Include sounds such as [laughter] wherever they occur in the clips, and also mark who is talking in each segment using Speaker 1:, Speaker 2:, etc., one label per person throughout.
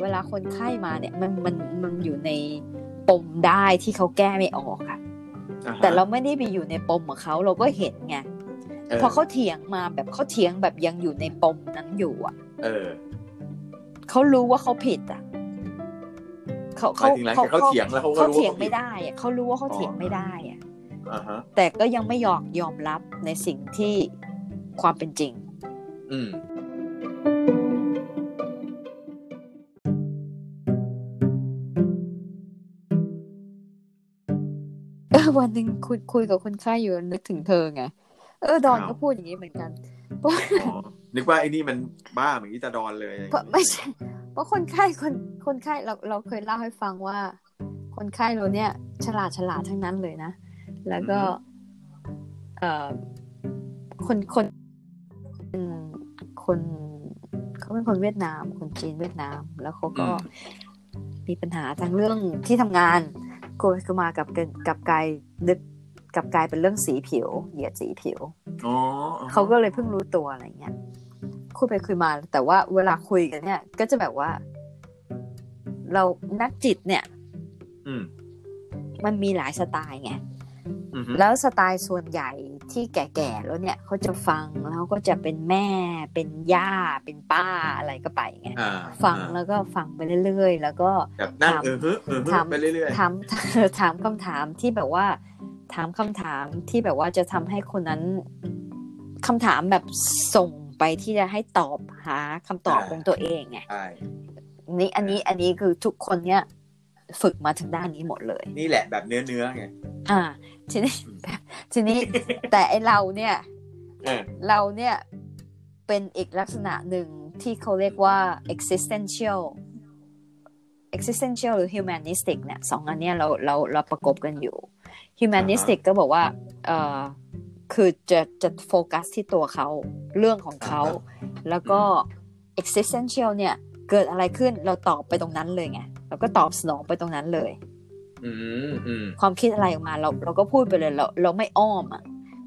Speaker 1: เวลาคนไข้มาเนี่ยมันมันมันอยู่ในปมได้ที่เขาแก้ไม่ออกอะ
Speaker 2: อ่ฮะ
Speaker 1: แต่เราไม่ได้ไปอยู่ในปมของเขาเราก็เห็นไง
Speaker 2: เออ
Speaker 1: พอเขาเถียงมาแบบเขาเถียงแบบยังอยู่ในปมนั้นอยู่อ่ะ
Speaker 2: เออ
Speaker 1: เขารู้ว่าเขาผิดอ่ะเขา
Speaker 2: หมา
Speaker 1: เขา
Speaker 2: ยถึงหลังจากเขาเถียงแล้วเขาก็
Speaker 1: เขา
Speaker 2: รู้
Speaker 1: เถียง
Speaker 2: ว่า
Speaker 1: ไม่ได้อะเขารู้ว่าเขาเถียงไม่ได้อ่ะ
Speaker 2: อ่าฮะ
Speaker 1: แต่ก็ยังไม่ยอมยอมรับในสิ่งที่ความเป็นจริง
Speaker 2: อืม
Speaker 1: เออวันหนึ่งคุยคุยกับคนไข้อยู่นึกถึงเธอไงเออดอน
Speaker 2: อ้าว
Speaker 1: ก็พูดอย่างนี้เหมือนกัน
Speaker 2: อ๋อนึกว่าไอ้นี่มันบ้าเหมือนที่ตาดอนเลยอะไรอย่าง
Speaker 1: เพราะ
Speaker 2: งี้
Speaker 1: ไม่ใช่เพราะคนไข้คนคนไข้เราเราเคยเล่าให้ฟังว่า คนไข้เราเนี่ย ฉลาดฉลาดทั้งนั้นเลยนะ แล้วก็ เอ่อคนคนอืมคนเขาเป็นคนเวียดนาม คนจีนเวียดนาม แล้วเขาก็มีปัญหาทางเรื่องที่ทำงานโกยเข้ามากับเกินกับกายนึกกับกายเป็นเรื่องสีผิว เหยียดสีผิว
Speaker 2: อ๋อ
Speaker 1: เขาก็เลยเพิ่งรู้ตัวอะไรเงี้ยคุยไปคุยมา แต่ว่าเวลาคุยกันเนี่ย ก็จะแบบว่า เรานักจิตเนี่ย
Speaker 2: อืม
Speaker 1: มันมีหลายสไตล์ไง
Speaker 2: อืม
Speaker 1: แล้วสไตล์ส่วนใหญ่ที่แก่ๆแล้วเนี่ยเขาจะฟังแล้วก็จะเป็นแม่เป็นย่าเป็นป้าอะไรก็ไปไง
Speaker 2: อ่า
Speaker 1: ฟัง
Speaker 2: อ่า
Speaker 1: แล้วก็ฟังไปเรื่อยๆ แล้วก็
Speaker 2: แบบนั่งเออฮึเออฮึ
Speaker 1: ถาม
Speaker 2: ไปเรื่อย
Speaker 1: ถาม [laughs] ถามคำถามที่แบบว่า ถามคำถามที่แบบว่าจะทำให้คนนั้นคำถามแบบส่งไปที่จะให้ตอบหาคำตอบของตัวเองไง
Speaker 2: ๆใช่
Speaker 1: นี่อันนี้อันนี้คือทุกคนเนี่ยฝึกมาถึงด้านนี้หมดเลย
Speaker 2: นี่แหละแบบเนื้อเนื้อๆไง
Speaker 1: อ่า ทีนี้
Speaker 2: อืม
Speaker 1: [laughs] ทีนี้แต่ไอเราเนี่ย
Speaker 2: เออ
Speaker 1: เราเนี่ยเป็นอีกลักษณะหนึ่งที่เขาเรียกว่า existential existential หรือ humanistic เนี่ยสองอันเนี้ยเราเราเราประกบกันอยู่ humanistic ก็บอกว่าเออคือจะจะโฟกัสที่ตัวเขาเรื่องของเขา แล้วก็ existential เนี่ย เกิดอะไรขึ้นเราตอบไปตรงนั้นเลยไงเราก็ตอบสนองไปตรงนั้นเลย
Speaker 2: อืมอืม
Speaker 1: ความคิดอะไรออกมาเราเราก็พูดไปเลยเราเราไม่อ้อมอ่ะ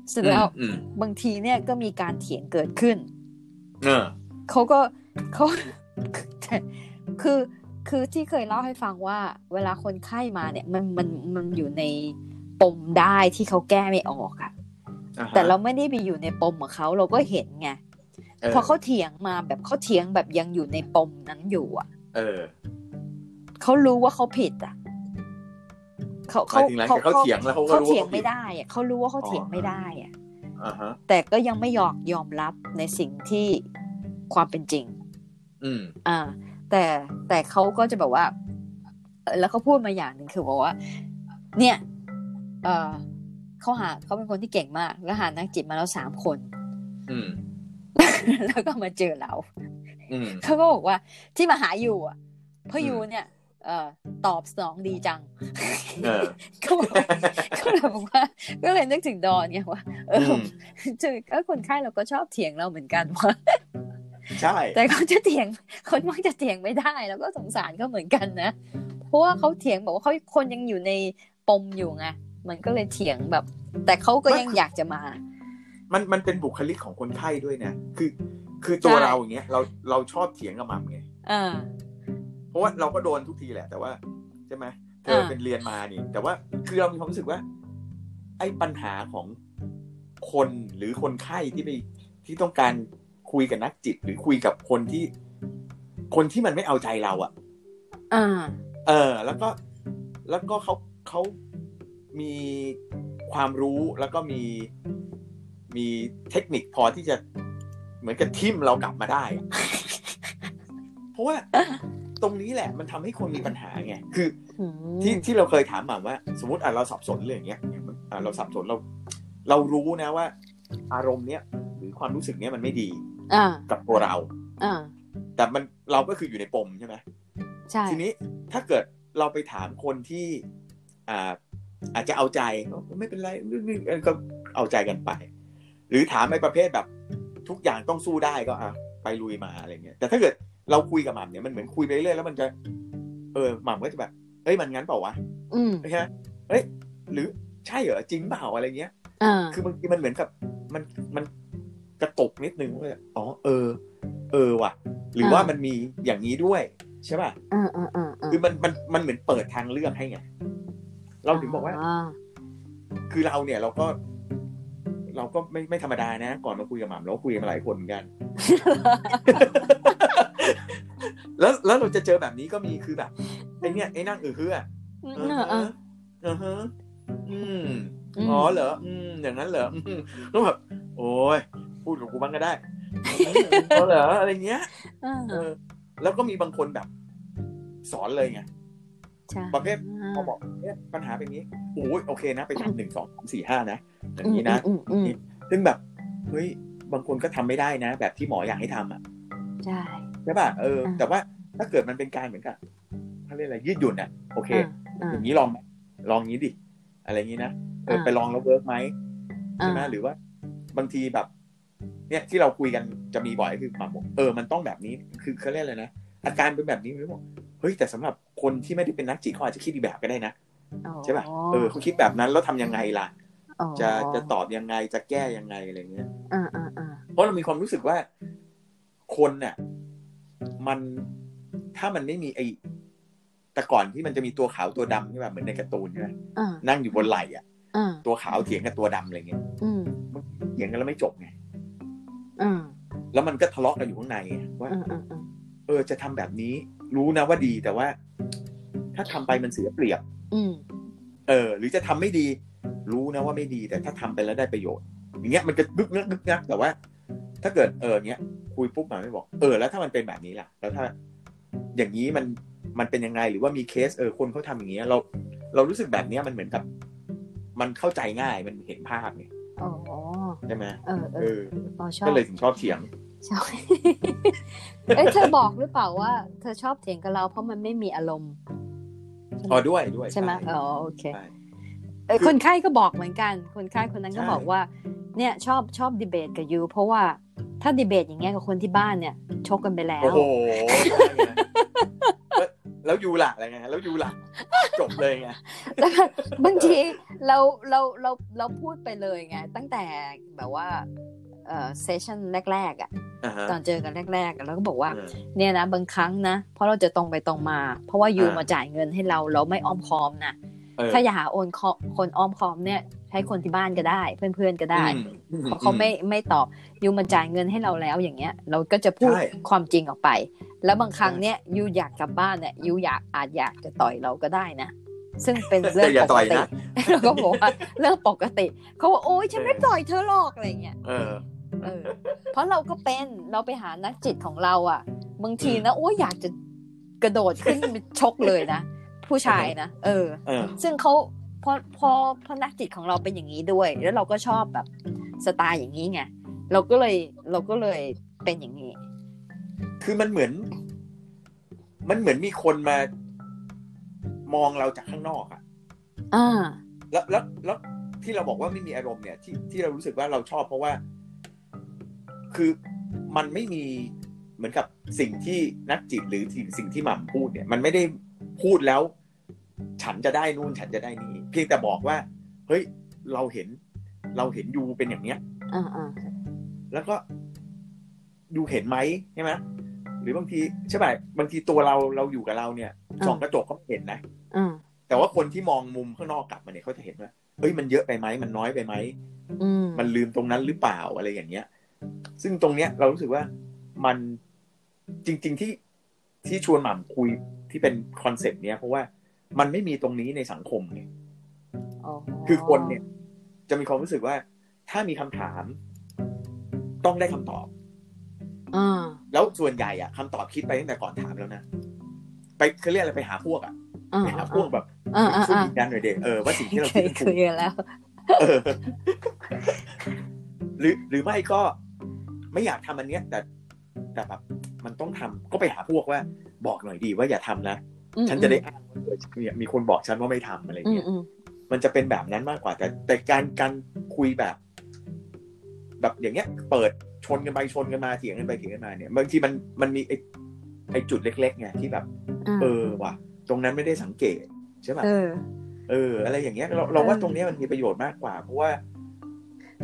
Speaker 1: เสร็จแล้ว
Speaker 2: อืม
Speaker 1: บางทีเนี่ยก็มีการเถียงเกิดขึ้น
Speaker 2: เออ
Speaker 1: เขาก็เขา [laughs] แต่คือคือที่เคยเล่าให้ฟังว่า เวลาคนไข้มาเนี่ยมันมันมันอยู่ในปมได้ที่เขาแก้ไม่ออกอะ
Speaker 2: อ่ฮะ
Speaker 1: แต่เราไม่ได้ไปอยู่ในปมของเขาเราก็เห็นไง
Speaker 2: เออ
Speaker 1: พอเขาเถียงมาแบบเขาเถียงแบบยังอยู่ในปมนั้นอยู่อะ
Speaker 2: เออ
Speaker 1: เขารู้ว่าเขาผิดอะเขา
Speaker 2: หมา
Speaker 1: เขา
Speaker 2: ยถึงหลังจากเขาเถียงแล้วเขาก็
Speaker 1: เขา
Speaker 2: รู้ว่า
Speaker 1: เถียง
Speaker 2: ขาผิ
Speaker 1: ไม่ได้อะเขารู้ว่าเขาเถียงไม่ได้อะ
Speaker 2: อ่าฮะ
Speaker 1: แต่ก็ยังไม่ยอมยอมรับในสิ่งที่ความเป็นจริง
Speaker 2: อืม
Speaker 1: อ่าแต่แต่เขาก็จะแบบว่าเอ่อแล้วเขาพูดมาอย่างหนึ่งคือบอกว่า เนี่ย เออเขาหาเขาเป็นคนที่เก่งมาก แล้วหานักจิตมาแล้วสามคน [laughs]
Speaker 2: อืม
Speaker 1: แล้วก็มาเจอเรา
Speaker 2: อืม
Speaker 1: เขาก็บอกว่าที่มาหาอยู่อ่ะเพราะ
Speaker 2: อืม
Speaker 1: ยูเนี่ย เออตอบสนองดีจัง [laughs]
Speaker 2: เออ
Speaker 1: ก็บอกก็เลยบอกว่า ก็เลยนึกถึงดอนไงว่าเอออ [laughs]
Speaker 2: ม
Speaker 1: เจอก็คนไข้เราก็ชอบเถียงเราเหมือนกันว่า
Speaker 2: ใช่
Speaker 1: แต่ [laughs] เขาจะเถียงคนมักจะเถียงไม่ได้แล้วก็สงสารเขาเหมือนกันนะ เพราะว่าเขาเถียงบอกว่าเขาคนยังอยู่ในปมอยู่ไงมันก็เลยเถียงแบบ แต่เขาก็ยังอยากจะมา
Speaker 2: มันมันเป็นบุคลิกของคนไข้ด้วยนะคือ คือตัว
Speaker 1: ใช่
Speaker 2: เราอย่างเงี้ยเราเราชอบเถียงกับหมัมไง
Speaker 1: เออ
Speaker 2: เพราะว่าเราก็โดนทุกทีแหละ แต่ว่าใช่ไหมเธอเป็นเรียนมานี่ แต่ว่าคือเรามีความรู้สึกว่า ไอ้ปัญหาของคนหรือคนไข้ที่ไปที่ต้องการคุยกับนักจิต หรือคุยกับคนที่ คนที่มันไม่เอาใจเราอะ
Speaker 1: อ่า
Speaker 2: เออแล้วก็แล้วก็เขาเขามีความรู้แล้วก็มีมีเทคนิคพอที่จะเหมือนกับทิมเรากลับมาได้อะ เพราะว่าตรงนี้แหละ มันทำให้คนมีปัญหาไงคือ
Speaker 1: อืม
Speaker 2: ที่ที่เราเคยถามหม่ำว่า สมมติอ่ะเราสับสนเรื่องอย่างเงี้ยอ่ะเราสับสนเรา เรารู้นะว่า อารมณ์เนี้ยหรือความรู้สึกเนี้ยมันไม่ดี
Speaker 1: อ่า
Speaker 2: กับตัวเรา
Speaker 1: อ่า
Speaker 2: แต่มันเราก็คืออยู่ในปมใช่ไหม
Speaker 1: ใช่
Speaker 2: ทีนี้ถ้าเกิดเราไปถามคนที่อ่าอาจจะเอาใจไม่เป็นไรเรื่องนี้ก็เอาใจกันไป หรือถามในประเภทแบบทุกอย่างต้องสู้ได้ก็อ่ะไปลุยมาอะไรเงี้ยแต่ถ้าเกิดเราคุยกับหม่ำเนี่ยมันเหมือนคุยไปเรื่อยแล้วมันจะ เออหม่ำก็จะแบบเอ้ยมันงั้นเปล่าวะ
Speaker 1: อืม
Speaker 2: ใช่ไหมเอ้ยหรือใช่เหรอจริงเปล่าอะไรเงี้ย
Speaker 1: อ่า
Speaker 2: คือบางทีมันเหมือนกับมันมัน กระตกนิดนึงว่าอ๋อเออ เออว่ะ หรือว่ามันมีอย่างนี้ด้วยใช่ป่ะ
Speaker 1: อ่าอ่าอ่าอ่า
Speaker 2: คือมันมันมันเหมือนเปิดทางเลือกให้ไงเราถึงบอกว่า คือเราเนี่ยเราก็ เราก็ไม่ไม่ธรรมดานะ ก่อนมาคุยกับหม่ำเราก็คุยกันมาหลายคนเห
Speaker 1: [laughs]
Speaker 2: มือนกัน แล้วแล้วเราจะเจอแบบนี้ก็มีคือแบบไอเนี่ยไอนั่งอือเฮือ
Speaker 1: อืม
Speaker 2: อือ
Speaker 1: อ่า
Speaker 2: ฮะ
Speaker 1: อ่า
Speaker 2: อือฮะอืม
Speaker 1: อืม
Speaker 2: อ๋อเหรออืมอย่างนั้นเหรออืมแล้วแบบโอ้ยพูดกับกูบ้าง
Speaker 1: [laughs]
Speaker 2: ก็ได้อืมอ๋อเหรออะไรเงี้ย
Speaker 1: อ่า
Speaker 2: เออ แล้วก็มีบางคนแบบ สอนเลยไง
Speaker 1: ใช่
Speaker 2: ประเภทพอบอกเนี่ยปัญหาเป็นอย่างนี้โอ้ยโอเคนะ ไปทำหนึ่งสองสามสี่ห้านะอย่างนี้นะ
Speaker 1: อืมอืมอืม
Speaker 2: ซึ่งแบบเฮ้ยบางคนก็ทำไม่ได้นะ แบบที่หมออยากให้ทำอ่ะ
Speaker 1: ใช่
Speaker 2: ใช่ป่ะเออ
Speaker 1: อ่า
Speaker 2: แต่ว่าถ้าเกิดมันเป็นการเหมือนกับเขาเรียกอะไรยืดหยุ่นอ่ะโอเค
Speaker 1: อ่าอ่า
Speaker 2: อย่างนี้ลองไหมลองอย่างนี้ดิอะไรอย่างนี้นะเออ
Speaker 1: อ่า
Speaker 2: ไปลองแล้วเวิร์กไหมใช่ไหม
Speaker 1: อ่า
Speaker 2: หรือว่า บางทีแบบ เนี่ยที่เราคุยกันจะมีบ่อยก็คือหมาบอกเออมันต้องแบบนี้คือเขาเรียกอะไรนะอาการเป็นแบบนี้ไม่บอกเฮ้ยแต่สำหรับคนที่ไม่ได้เป็นนักจิตเขาอาจจะคิดอีกแบบก็ได้นะใช่ป่ะเออเขาคิดแบบนั้นแล้วทำยังไงล่ะ
Speaker 1: อ๋อ
Speaker 2: จะจะตอบยังไงจะแก้ยังไงอะไรอย่างเงี้ย
Speaker 1: อ่าอ่าอ่า
Speaker 2: เพราะเรามีความรู้สึกว่าคนเนี่ยมันถ้ามันไม่มีไอแต่ก่อนที่มันจะมีตัวขาวตัวดำใช่ป่ะเหมือนในการ์ตูนใช่ไหม
Speaker 1: อ่า
Speaker 2: นั่งอยู่บนไหล่อ่ะ
Speaker 1: อ่า
Speaker 2: ตัวขาวเถียงกับตัวดำอะไรเงี้ย
Speaker 1: อืม
Speaker 2: เถียงกันแล้วไม่จบไง
Speaker 1: อ่า
Speaker 2: แล้วมันก็ทะเลาะกันอยู่ข้างในไงว่า
Speaker 1: อ่าอ่าอ่า
Speaker 2: เออจะทำแบบนี้ รู้นะว่าดีแต่ว่า ถ้าทำไปมันเสียเปรียบ
Speaker 1: อืม
Speaker 2: เออ หรือจะทำไม่ดี รู้นะว่าไม่ดี แต่ถ้าทำไปแล้วได้ประโยชน์ อย่างเงี้ยมันจะบึกงักบึกงักแต่ว่า ถ้าเกิดเออเนี้ยคุยปุ๊บหมาไม่บอกเออแล้วถ้ามันเป็นแบบนี้ล่ะ แล้วถ้า อย่างนี้มันมันเป็นยังไงหรือว่ามีเคสเออคนเขาทำอย่างเงี้ยเราเรารู้สึกแบบเนี้ยมันเหมือนกับ มันเข้าใจง่ายมันเห็นภาพไง
Speaker 1: อ๋อ
Speaker 2: ใช่ไหม
Speaker 1: เออเอ
Speaker 2: เอ
Speaker 1: อ
Speaker 2: อ
Speaker 1: อ๋อชอบ
Speaker 2: ก็เลยถึงชอบเถียง
Speaker 1: ใช่ [laughs] เอ้ยเธอบอกหรือเปล่าว่า เธอชอบเถียงกับเราเพราะมันไม่มีอารมณ์
Speaker 2: อ๋อด้วยด้วย
Speaker 1: ใช่ไหมอ๋อโอเค
Speaker 2: ใช่
Speaker 1: เอยคนไข้ก็บอกเหมือนกัน คนไข้คนนั้นก็บอกว่า เนี่ยชอบชอบดีเบตกับยูเพราะว่าถ้าดีเบตอย่างเงี้ยกับคนที่บ้านเนี่ยชกกันไปแล้ว
Speaker 2: โอ้โหใช่ไงแล้วแล้วยูล่ะอะไรไงแล้วยูล่ะจบเลยไง
Speaker 1: แล้วก็บางทีเราเราเราเราพูดไปเลยไงตั้งแต่แบบว่าเออเซสชันแรกๆอ่ะ
Speaker 2: อ่าฮะ
Speaker 1: ตอนเจอกันแรกๆอะเราก็บอกว่า
Speaker 2: เออ
Speaker 1: เนี่ยนะบางครั้งนะ เพราะเราจะตรงไปตรงมา เพราะว่ายู
Speaker 2: อ่าม
Speaker 1: มาจ่ายเงินให้เราเราไม่อ้อมค้อมนะ
Speaker 2: เออ
Speaker 1: ถ้าอยากหาโอนคอคนอ้อมคอมเนี่ยใช้คนที่บ้านก็ได้ เพื่อนๆก็ได้
Speaker 2: อื
Speaker 1: เพราะเขาไม่ไม่ตอบยูมันจ่ายเงินให้เราแล้วอย่างเงี้ย เราก็จะพูด
Speaker 2: ใช่
Speaker 1: ความจริงออกไป แล้วบางครั้งเนี่ยยูอยากกลับบ้านเนี่ยยูอยากอาจอยากจะต่อยเราก็ได้นะ ซึ่งเป็นเรื่อง
Speaker 2: แต่อย่า
Speaker 1: ป
Speaker 2: ต่
Speaker 1: ก
Speaker 2: อย
Speaker 1: ติ [laughs]
Speaker 2: นะ
Speaker 1: เราก็บอกว่าเรื่องปกติเขาบอกโอ๊ยฉันไม่ต่อยเธอหรอกอะไรเงี้ย
Speaker 2: เออ
Speaker 1: เออเพราะเราก็เป็นเราไปหานักจิตของเราอ่ะ บางทีนะโอ้ยอยากจะกระโดดขึ้นไปชกเลยนะ ผู้ชายนะเออ
Speaker 2: เออ
Speaker 1: ซึ่งเขาพอพอพอนักจิตของเราเป็นอย่างนี้ด้วย แล้วเราก็ชอบแบบสไตล์อย่างนี้ไงเราก็เลยเราก็เลยเป็นอย่างนี้
Speaker 2: คือมันเหมือน มันเหมือนมีคนมามองเราจากข้างนอกอะ
Speaker 1: อ่า
Speaker 2: แล้วแล้วแล้วที่เราบอกว่าไม่มีอารมณ์เนี่ย ที่ที่เรารู้สึกว่าเราชอบเพราะว่า คือมันไม่มีเหมือนกับสิ่งที่นักจิตหรือสิ่งสิ่งที่หม่ำพูดเนี่ย มันไม่ได้พูดแล้ว ฉันจะได้นู่นฉันจะได้นี่เพียงแต่บอกว่า เฮ้ย เราเห็น เราเห็นยูเป็นอย่างเนี้ย
Speaker 1: อ่าอ่า
Speaker 2: แล้วก็ดูเห็นไหมใช่ไหมหรือบางทีใช่ไหมบางทีตัวเราเราอยู่กับเราเนี่ยส่องกระจกก็ไม่เห็นนะ
Speaker 1: อ่า
Speaker 2: แต่ว่าคนที่มองมุมข้างนอกกลับมาเนี่ยเขาจะเห็นว่าเฮ้ยมันเยอะไปไหมมันน้อยไปไหม
Speaker 1: อืม
Speaker 2: มันลืมตรงนั้นหรือเปล่าอะไรอย่างเงี้ย ซึ่งตรงเนี้ยเรารู้สึกว่ามันจริง ๆที่ที่ชวนหม่ำคุยที่เป็นคอนเซปต์เนี้ยเพราะว่ามันไม่มีตรงนี้ในสังคมไง คือคนเนี่ย จะมีความรู้สึกว่า ถ้ามีคำถาม ต้องได้คำตอบ
Speaker 1: อ่า
Speaker 2: แล้วส่วนใหญ่อะคำตอบคิดไปตั้งแต่ก่อนถามแล้วนะ ไปเขาเรียกอะไรไปหาพวกอะ
Speaker 1: อ่า
Speaker 2: ไปหาพวกแบบ
Speaker 1: อ่าอ่า
Speaker 2: ช่วย
Speaker 1: อ่า
Speaker 2: ยืนยันหน่อยเด็กเออว่าสิ่งที่เรา
Speaker 1: เคย
Speaker 2: คิดมัน
Speaker 1: เค
Speaker 2: ถูก
Speaker 1: ยแล้ว
Speaker 2: เออ [laughs] หรือหรือไม่ก็ ไม่อยากทำอันเนี้ย แต่แต่แบบมันต้องทำก็ไปหาพวกว่า บอกหน่อยดีว่าอย่าทำนะ
Speaker 1: อืม
Speaker 2: ฉันจะได้อ้างว่าเออเนี่ยมีคนบอกฉันว่าไม่ทำอะไร
Speaker 1: อืม
Speaker 2: เงี้ย
Speaker 1: อืม
Speaker 2: มันจะเป็นแบบนั้นมากกว่าแต่ แต่การการคุยแบบ แบบอย่างเงี้ย เปิดชนกันไปชนกันมาเถียงกันไปเถียงกันมาเนี่ยบางทีมันมันมีไอไอจุดเล็กๆไงที่แบบ
Speaker 1: อ่า
Speaker 2: เออว่ะตรงนั้นไม่ได้สังเกตใช่ป่ะ
Speaker 1: เออ
Speaker 2: เออ อะไรอย่างเงี้ยเราเราว่า
Speaker 1: เออ
Speaker 2: ตรงเนี้ยมันมีประโยชน์มากกว่า เพราะว่า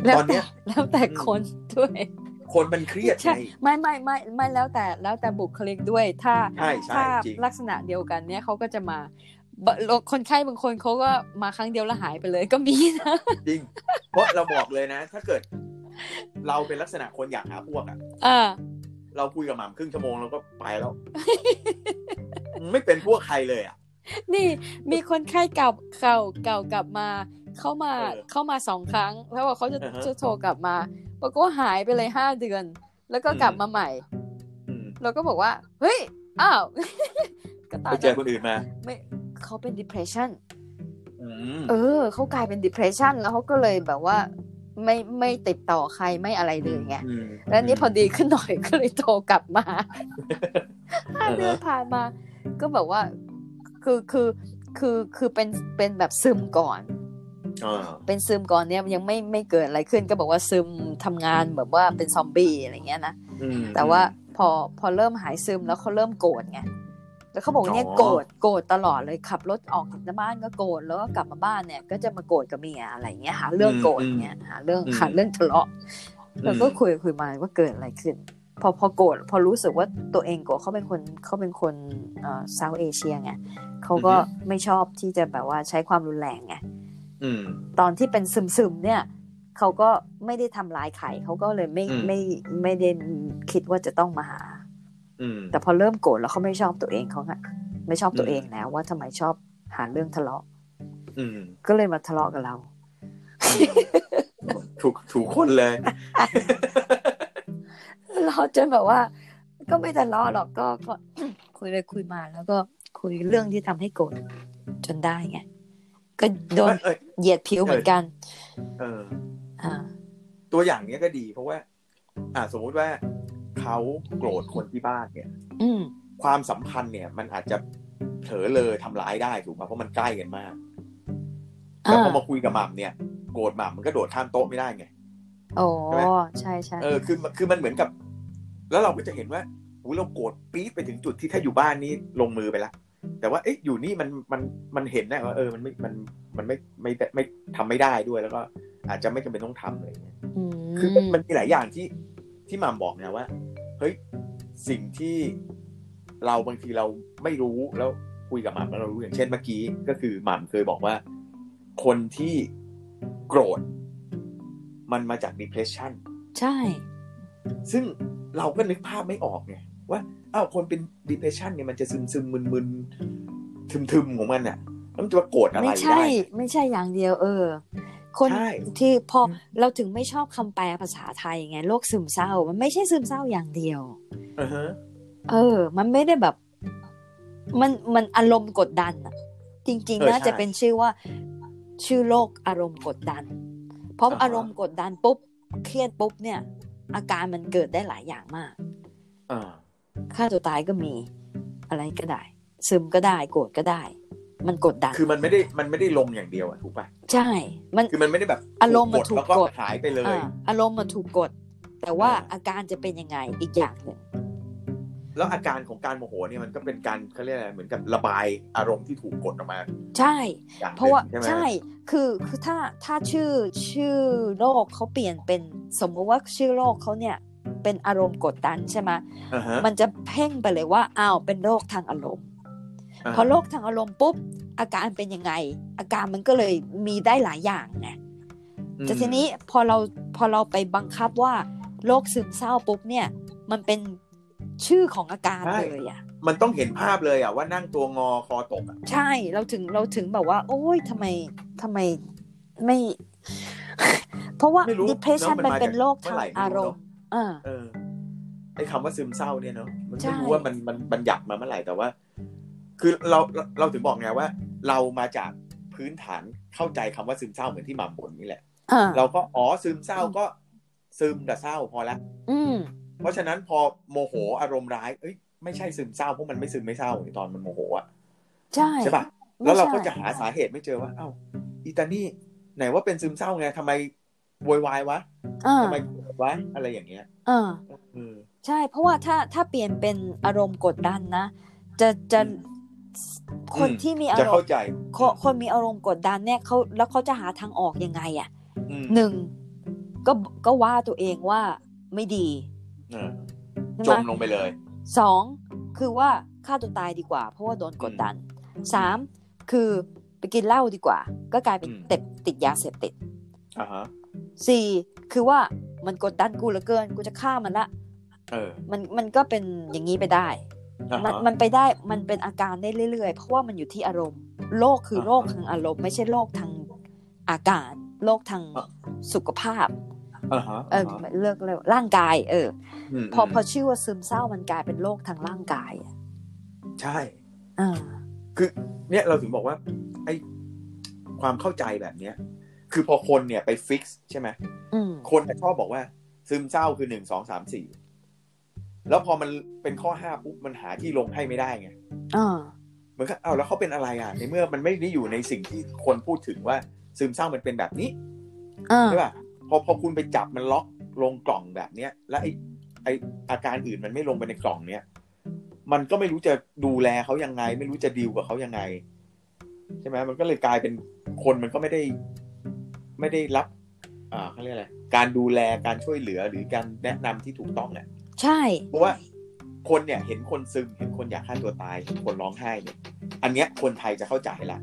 Speaker 1: แล้ว
Speaker 2: ตอนเนี้
Speaker 1: แต่
Speaker 2: ย
Speaker 1: แล้วแต่คนด้วย
Speaker 2: คนมันเครียด
Speaker 1: ใช่
Speaker 2: ไง
Speaker 1: ไม่ไม่ไม่ไม่แล้วแต่แล้วแต่บุคลิกด้วยถ้า
Speaker 2: ใช่ใช่
Speaker 1: ถ้า
Speaker 2: จริง
Speaker 1: ลักษณะเดียวกันเนี่ยเขาก็จะมาบะคนไข้บางคนเขาก็มาครั้งเดียวแล้วหายไป [laughs] เลยก็มีนะ
Speaker 2: จริง เพราะเราบอกเลยนะ ถ้าเกิด เราเป็นลักษณะคนอยากหาพวกอะ
Speaker 1: อ่า
Speaker 2: เราคุยกับหม่ำครึ่งชั่วโมงเราก็ไป
Speaker 1: [laughs]
Speaker 2: แล้ว ไม่เป็นพวกใครเลยอะ
Speaker 1: นี่มีคนไข้เก่าเก่าเก่ากลับมา เข้ามา
Speaker 2: เออ
Speaker 1: เข้ามาสองครั้ง แล้วบอกเขาจะ
Speaker 2: อ่าฮะ
Speaker 1: จะโทรกลับมาบอกว่าหายไปเลยห้าเดือน แล้วก็
Speaker 2: อืม
Speaker 1: กลับมาใหม่
Speaker 2: อืม
Speaker 1: เราก็บอกว่า เฮ้ยอ้าว [laughs] ก็ตา
Speaker 2: ไป
Speaker 1: ย
Speaker 2: เจอคนอื่นมา
Speaker 1: ไม่เขาเป็น depression
Speaker 2: อืม
Speaker 1: เออเขากลายเป็น depression แล้วเขาก็เลยแบบว่าไม่ไม่ติดต่อใครไม่อะไรเลยไง
Speaker 2: ม
Speaker 1: แล้วนี่พอดีขึ้นหน่อย ก็เลยโทรกลับมาห้าเดือนผ่านมา ก็แบบว่าคือคือคือคือเป็นเป็นแบบซึมก่อน
Speaker 2: อ่า
Speaker 1: เป็นซึมก่อนเนี่ยยังไม่ไม่เกิดอะไรขึ้น ก็บอกว่าซึมทำงานแบบว่าเป็นซอมบี้อะไรเงี้ยนะ
Speaker 2: อืม
Speaker 1: แต่ว่าพอพอเริ่มหายซึมแล้วเขาเริ่มโกรธไง แล้วเขาบอกว่าเนี่ย
Speaker 2: อ๋อ
Speaker 1: โกรธโกรธตลอดเลยขับรถออกจากบ้านก็โกรธแล้วก็กลับมาบ้านเนี่ย ก็จะมาโกรธกับเมียอะไรเงี้ยหาเรื่องโกรธเงี้ยหาเรื่องหาเรื่องทะเลาะแล้วก็คุยคุยมาว่าเกิดอะไรขึ้น พอพอโกรธพอรู้สึกว่าตัวเองโกรธเขาเป็นคนเขาเป็นคนเอ่อเซาท์เอเชียไงเขาก็ไม่ชอบที่จะแบบว่าใช้ความรุนแรงไง
Speaker 2: อืม
Speaker 1: ตอนที่เป็นซึมๆเนี่ยเขาก็ไม่ได้ทำร้ายใครเขาก็เลยไม่
Speaker 2: อืม
Speaker 1: ไม่ไม่ได้คิดว่าจะต้องมาหา
Speaker 2: อืม
Speaker 1: แต่พอเริ่มโกรธแล้วเขาไม่ชอบตัวเองเขาอะไม่ชอบตัวเองแล้วว่าทำไมชอบหาเรื่องทะเลาะ
Speaker 2: อืม
Speaker 1: ก็เลยมาทะเลาะกับเรา
Speaker 2: ถูกถูกคนเลย
Speaker 1: เราจนแบบว่า ก็ไม่ทะเลาะหรอกก็ [coughs] ก็ คุยเลยคุยมาแล้วก็คุยเรื่องที่ทำให้โกรธจนได้ไงก็โดน
Speaker 2: เอ้ย
Speaker 1: เหยียดผิวเหมือนกัน
Speaker 2: เออ
Speaker 1: อ่า
Speaker 2: ตัวอย่างเนี้ยก็ดีเพราะว่า อ่าสมมุติว่าเขาโกรธคนที่บ้านเนี่ย
Speaker 1: อืม
Speaker 2: ความสัมพันธ์เนี่ย มันอาจจะเผลอเลยทำร้ายได้ถูกไหมเพราะมันใกล้กันมากแล้ว
Speaker 1: อ่า
Speaker 2: พอมาคุยกับหม่ำเนี่ยโกรธหม่ำมันก็โดดข้ามโต๊ะไม่ได้ไง
Speaker 1: โอ้
Speaker 2: ใช่ไหม
Speaker 1: ใช่ใช่
Speaker 2: เออคือมันคือมันเหมือนกับ แล้วเราก็จะเห็นว่าอุ๊ยเราโกรธปี๊ดไปถึงจุดที่ถ้าอยู่บ้านนี่ลงมือไปละแต่ว่าเอ๊ะอยู่นี่มันมันมันเห็นนะว่าเออมันไม่มันมันไม่ไม่ไม่ไม่ทำไม่ได้ด้วยแล้วก็ อาจจะไม่จำเป็นต้องทำเลย
Speaker 1: อืม
Speaker 2: คือมันมันมีหลายอย่างที่ที่หมัมบอกนะว่าเฮ้ยสิ่งที่เราบางทีเราไม่รู้แล้วคุยกับหมัมแล้วเรารู้อย่างเช่นเมื่อกี้ ก็คือหมัมเคยบอกว่า คนที่โกรธ มันมาจาก depression
Speaker 1: ใช่
Speaker 2: ซึ่งเราก็นึกภาพไม่ออกไงว่าอ้าวคนเป็น depression เนี่ยมันจะซึมซึมมึนมึนทึมทึมๆของมันอ่ะแล้วมันจะมาโกรธอะไร
Speaker 1: ไม่
Speaker 2: ได้
Speaker 1: ใช่ ไม่ใช่อย่างเดียว เออ คน
Speaker 2: ใช่
Speaker 1: ที่พออ
Speaker 2: ม
Speaker 1: เราถึงไม่ชอบคำแปลภาษาไทยไงโรคซึมเศร้า มันไม่ใช่ซึมเศร้าอย่างเดียว
Speaker 2: อือฮะ
Speaker 1: เออ มันไม่ได้แบบ มันมันอารมณ์กดดันอะจริง ๆ น่าจะเป็นชื่อว่า ชื่อโรคอารมณ์กดดัน เพราะอารมณ์กดดันปุ๊บเครียดปุ๊บเนี่ย อาการมันเกิดได้หลายอย่างมาก
Speaker 2: อ่า
Speaker 1: ฆ่าตัวตายก็มี อะไรก็ได้ ซึมก็ได้ โกรธก็ได้ มันกดดัน
Speaker 2: คือมันไม่ได้มันไม่ได้ลงอย่างเดียวอะถูกป่ะ
Speaker 1: ใช่ มัน
Speaker 2: คือมันไม่ได้แบบ
Speaker 1: อารมณ์มันถูก
Speaker 2: แล้วก็
Speaker 1: กด
Speaker 2: หายไปเลย
Speaker 1: อ่าอารมณ์มันถูกกด แต่ว่า
Speaker 2: อ่า
Speaker 1: อาการจะเป็นยังไงอีกอย่างหนึ่ง
Speaker 2: แล้วอาการของการโมโหเนี่ยมันก็เป็นการเขาเรียกอะไรเหมือนกับระบายอารมณ์ที่ถูกกดออกมา
Speaker 1: ใช่
Speaker 2: อย่างห
Speaker 1: เพ
Speaker 2: นึ่
Speaker 1: ราะว่าง
Speaker 2: ใช่ไหม
Speaker 1: ใช่คือคือถ้าถ้าชื่อชื่อโรคเขาเปลี่ยนเป็นสมมุติว่าชื่อโรคเขาเนี่ยเป็นอารมณ์กดดันใช่ไหม
Speaker 2: อ่าฮะ
Speaker 1: มันจะเพ่งไปเลยว่าอ้าวเป็นโรคทางอารมณ์
Speaker 2: อ่า
Speaker 1: พอโรคทางอารมณ์ปุ๊บอาการเป็นยังไง อาการมันก็เลยมีได้หลายอย่างไงแต่ทีนี้พอเราพอเราไปบังคับว่าโรคซึมเศร้าปุ๊บเนี่ย มันเป็นชื่อของอาการเลยอะ
Speaker 2: มันต้องเห็นภาพเลยอ่ะว่านั่งตัวงอคอตกอะ
Speaker 1: ใช่เราถึงเราถึงแบบว่า โอ้ยทำไมทำไมไม่ [laughs] เพราะว่า
Speaker 2: ไม่รู้
Speaker 1: depression
Speaker 2: อะ
Speaker 1: มันเป็น
Speaker 2: จก
Speaker 1: โรค
Speaker 2: มื่
Speaker 1: ทาง
Speaker 2: ไหไ
Speaker 1: อารมณ์เออ
Speaker 2: เนอะเออไอ้คำว่าซึมเศร้าเนี่ยเนาะมัน
Speaker 1: ใช่
Speaker 2: ไม่รู้ว่ามันมันมันหยักมาเมื่อไหร่แต่ว่า คือเราเราเราถึงบอกไงว่า เรามาจากพื้นฐานเข้าใจคำว่าซึมเศร้าเหมือนที่หม่ำบ่นนี่แหละ
Speaker 1: อ่า
Speaker 2: เราก็อ๋อซึมเศร้าก็ซึมกับเศร้าพอละ
Speaker 1: อืม
Speaker 2: เพราะฉะนั้นพอโมโหอารมณ์ร้ายเอ้ยไม่ใช่ซึมเศร้าเพราะมันไม่ซึมไม่เศร้าในตอนมันโมโหอะ
Speaker 1: ใช่
Speaker 2: ใช่ปะ
Speaker 1: ไม่
Speaker 2: แล้วเรา
Speaker 1: ใช่
Speaker 2: ก็จะหาสาเหตุไม่เจอว่า เอ้าอีตานี่ไหนว่าเป็นซึมเศร้าไงทำไมโวยวายวะ
Speaker 1: อ่า
Speaker 2: ทำไมโกรธวะอะไรอย่างเงี้ย
Speaker 1: อ่า
Speaker 2: อืม
Speaker 1: ใช่ เพราะว่าถ้าถ้าเปลี่ยนเป็นอารมณ์กดดันนะ จะจะ
Speaker 2: อืม
Speaker 1: คนที่มีอา
Speaker 2: จะ
Speaker 1: รม
Speaker 2: เข้า
Speaker 1: ณ์
Speaker 2: ใจ
Speaker 1: คนคนมีอารมณ์กดดันเนี่ยเขาแล้วเขาจะหาทางออกยังไงอะ
Speaker 2: อืม
Speaker 1: หนึ่งก็ก็ว่าตัวเองว่า ไม่ดี
Speaker 2: เออ
Speaker 1: ใช่
Speaker 2: จ
Speaker 1: ไหม
Speaker 2: มลงไปเลย
Speaker 1: สองคือว่าฆ่าตัวตายดีกว่า เพราะว่าโดนกดดันสามคือไปกินเหล้าดีกว่า ก็กลายเป็น
Speaker 2: อืม
Speaker 1: เต็บติดยาเสพติด
Speaker 2: อ่าฮะ
Speaker 1: สี่คือว่ามันกดดันกูเหลือเกิน กูจะฆ่ามันละ
Speaker 2: เออ
Speaker 1: มันมันก็เป็นอย่างนี้ไปได้
Speaker 2: อ่า
Speaker 1: มัน
Speaker 2: ฮะ
Speaker 1: มันไปได้มันเป็นอาการได้เรื่อยๆ เพราะว่ามันอยู่ที่อารมณ์โรคคือ
Speaker 2: อ่าฮะ
Speaker 1: โรคทางอารมณ์ ไม่ใช่โรคทางอาการโรคทาง
Speaker 2: อ่ะ
Speaker 1: สุขภาพ
Speaker 2: อ่าฮะ
Speaker 1: เออเลือกเลยร่างกายเอออ
Speaker 2: ม
Speaker 1: พอพอชื่อว่าซึมเศร้ามันกลายเป็นโรคทางร่างกายอ่ะ
Speaker 2: ใช่
Speaker 1: อ่า
Speaker 2: คือเนี่ยเราถึงบอกว่าไอ้ความเข้าใจแบบเนี้ย คือพอคนเนี่ยไปฟิกซ์ใช่ไหม
Speaker 1: อืม
Speaker 2: คนชอบบอกว่า ซึมเศร้าคือหนึ่งสองสามสี่แล้วพอมันเป็นข้อห้าปุ๊บมันหาที่ลงให้ไม่ได้ไง
Speaker 1: อ่า
Speaker 2: เหมือนกับเอาวแล้วเขาเป็นอะไรอ่ะในเมื่อมันไม่ได้อยู่ในสิ่งที่คนพูดถึงว่า ซึมเศร้ามันเป็นแบบนี้
Speaker 1: อ่า
Speaker 2: ใช่ป่ะพอพอคุณไปจับมันล็อกลงกล่องแบบเนี้ย แล้วไอไออาการอื่นมันไม่ลงไปในกล่องเนี้ยมันก็ไม่รู้จะดูแลเขายังไง ไม่รู้จะดีลกับเขายังไง ใช่ไหมมันก็เลยกลายเป็นคนมันก็ไม่ได้ ไม่ได้รับ อ่าเขาเรียกอะไรการดูแลการช่วยเหลือหรือการแนะนำที่ถูกต้องเนี่ย
Speaker 1: ใช่
Speaker 2: เพราะว่าคนเนี่ยเห็นคนซึมเห็นคนอยากฆ่าตัวตายเห็นคนร้องไห้เนี่ย อันเนี้ยคนไทยจะเข้าใจละ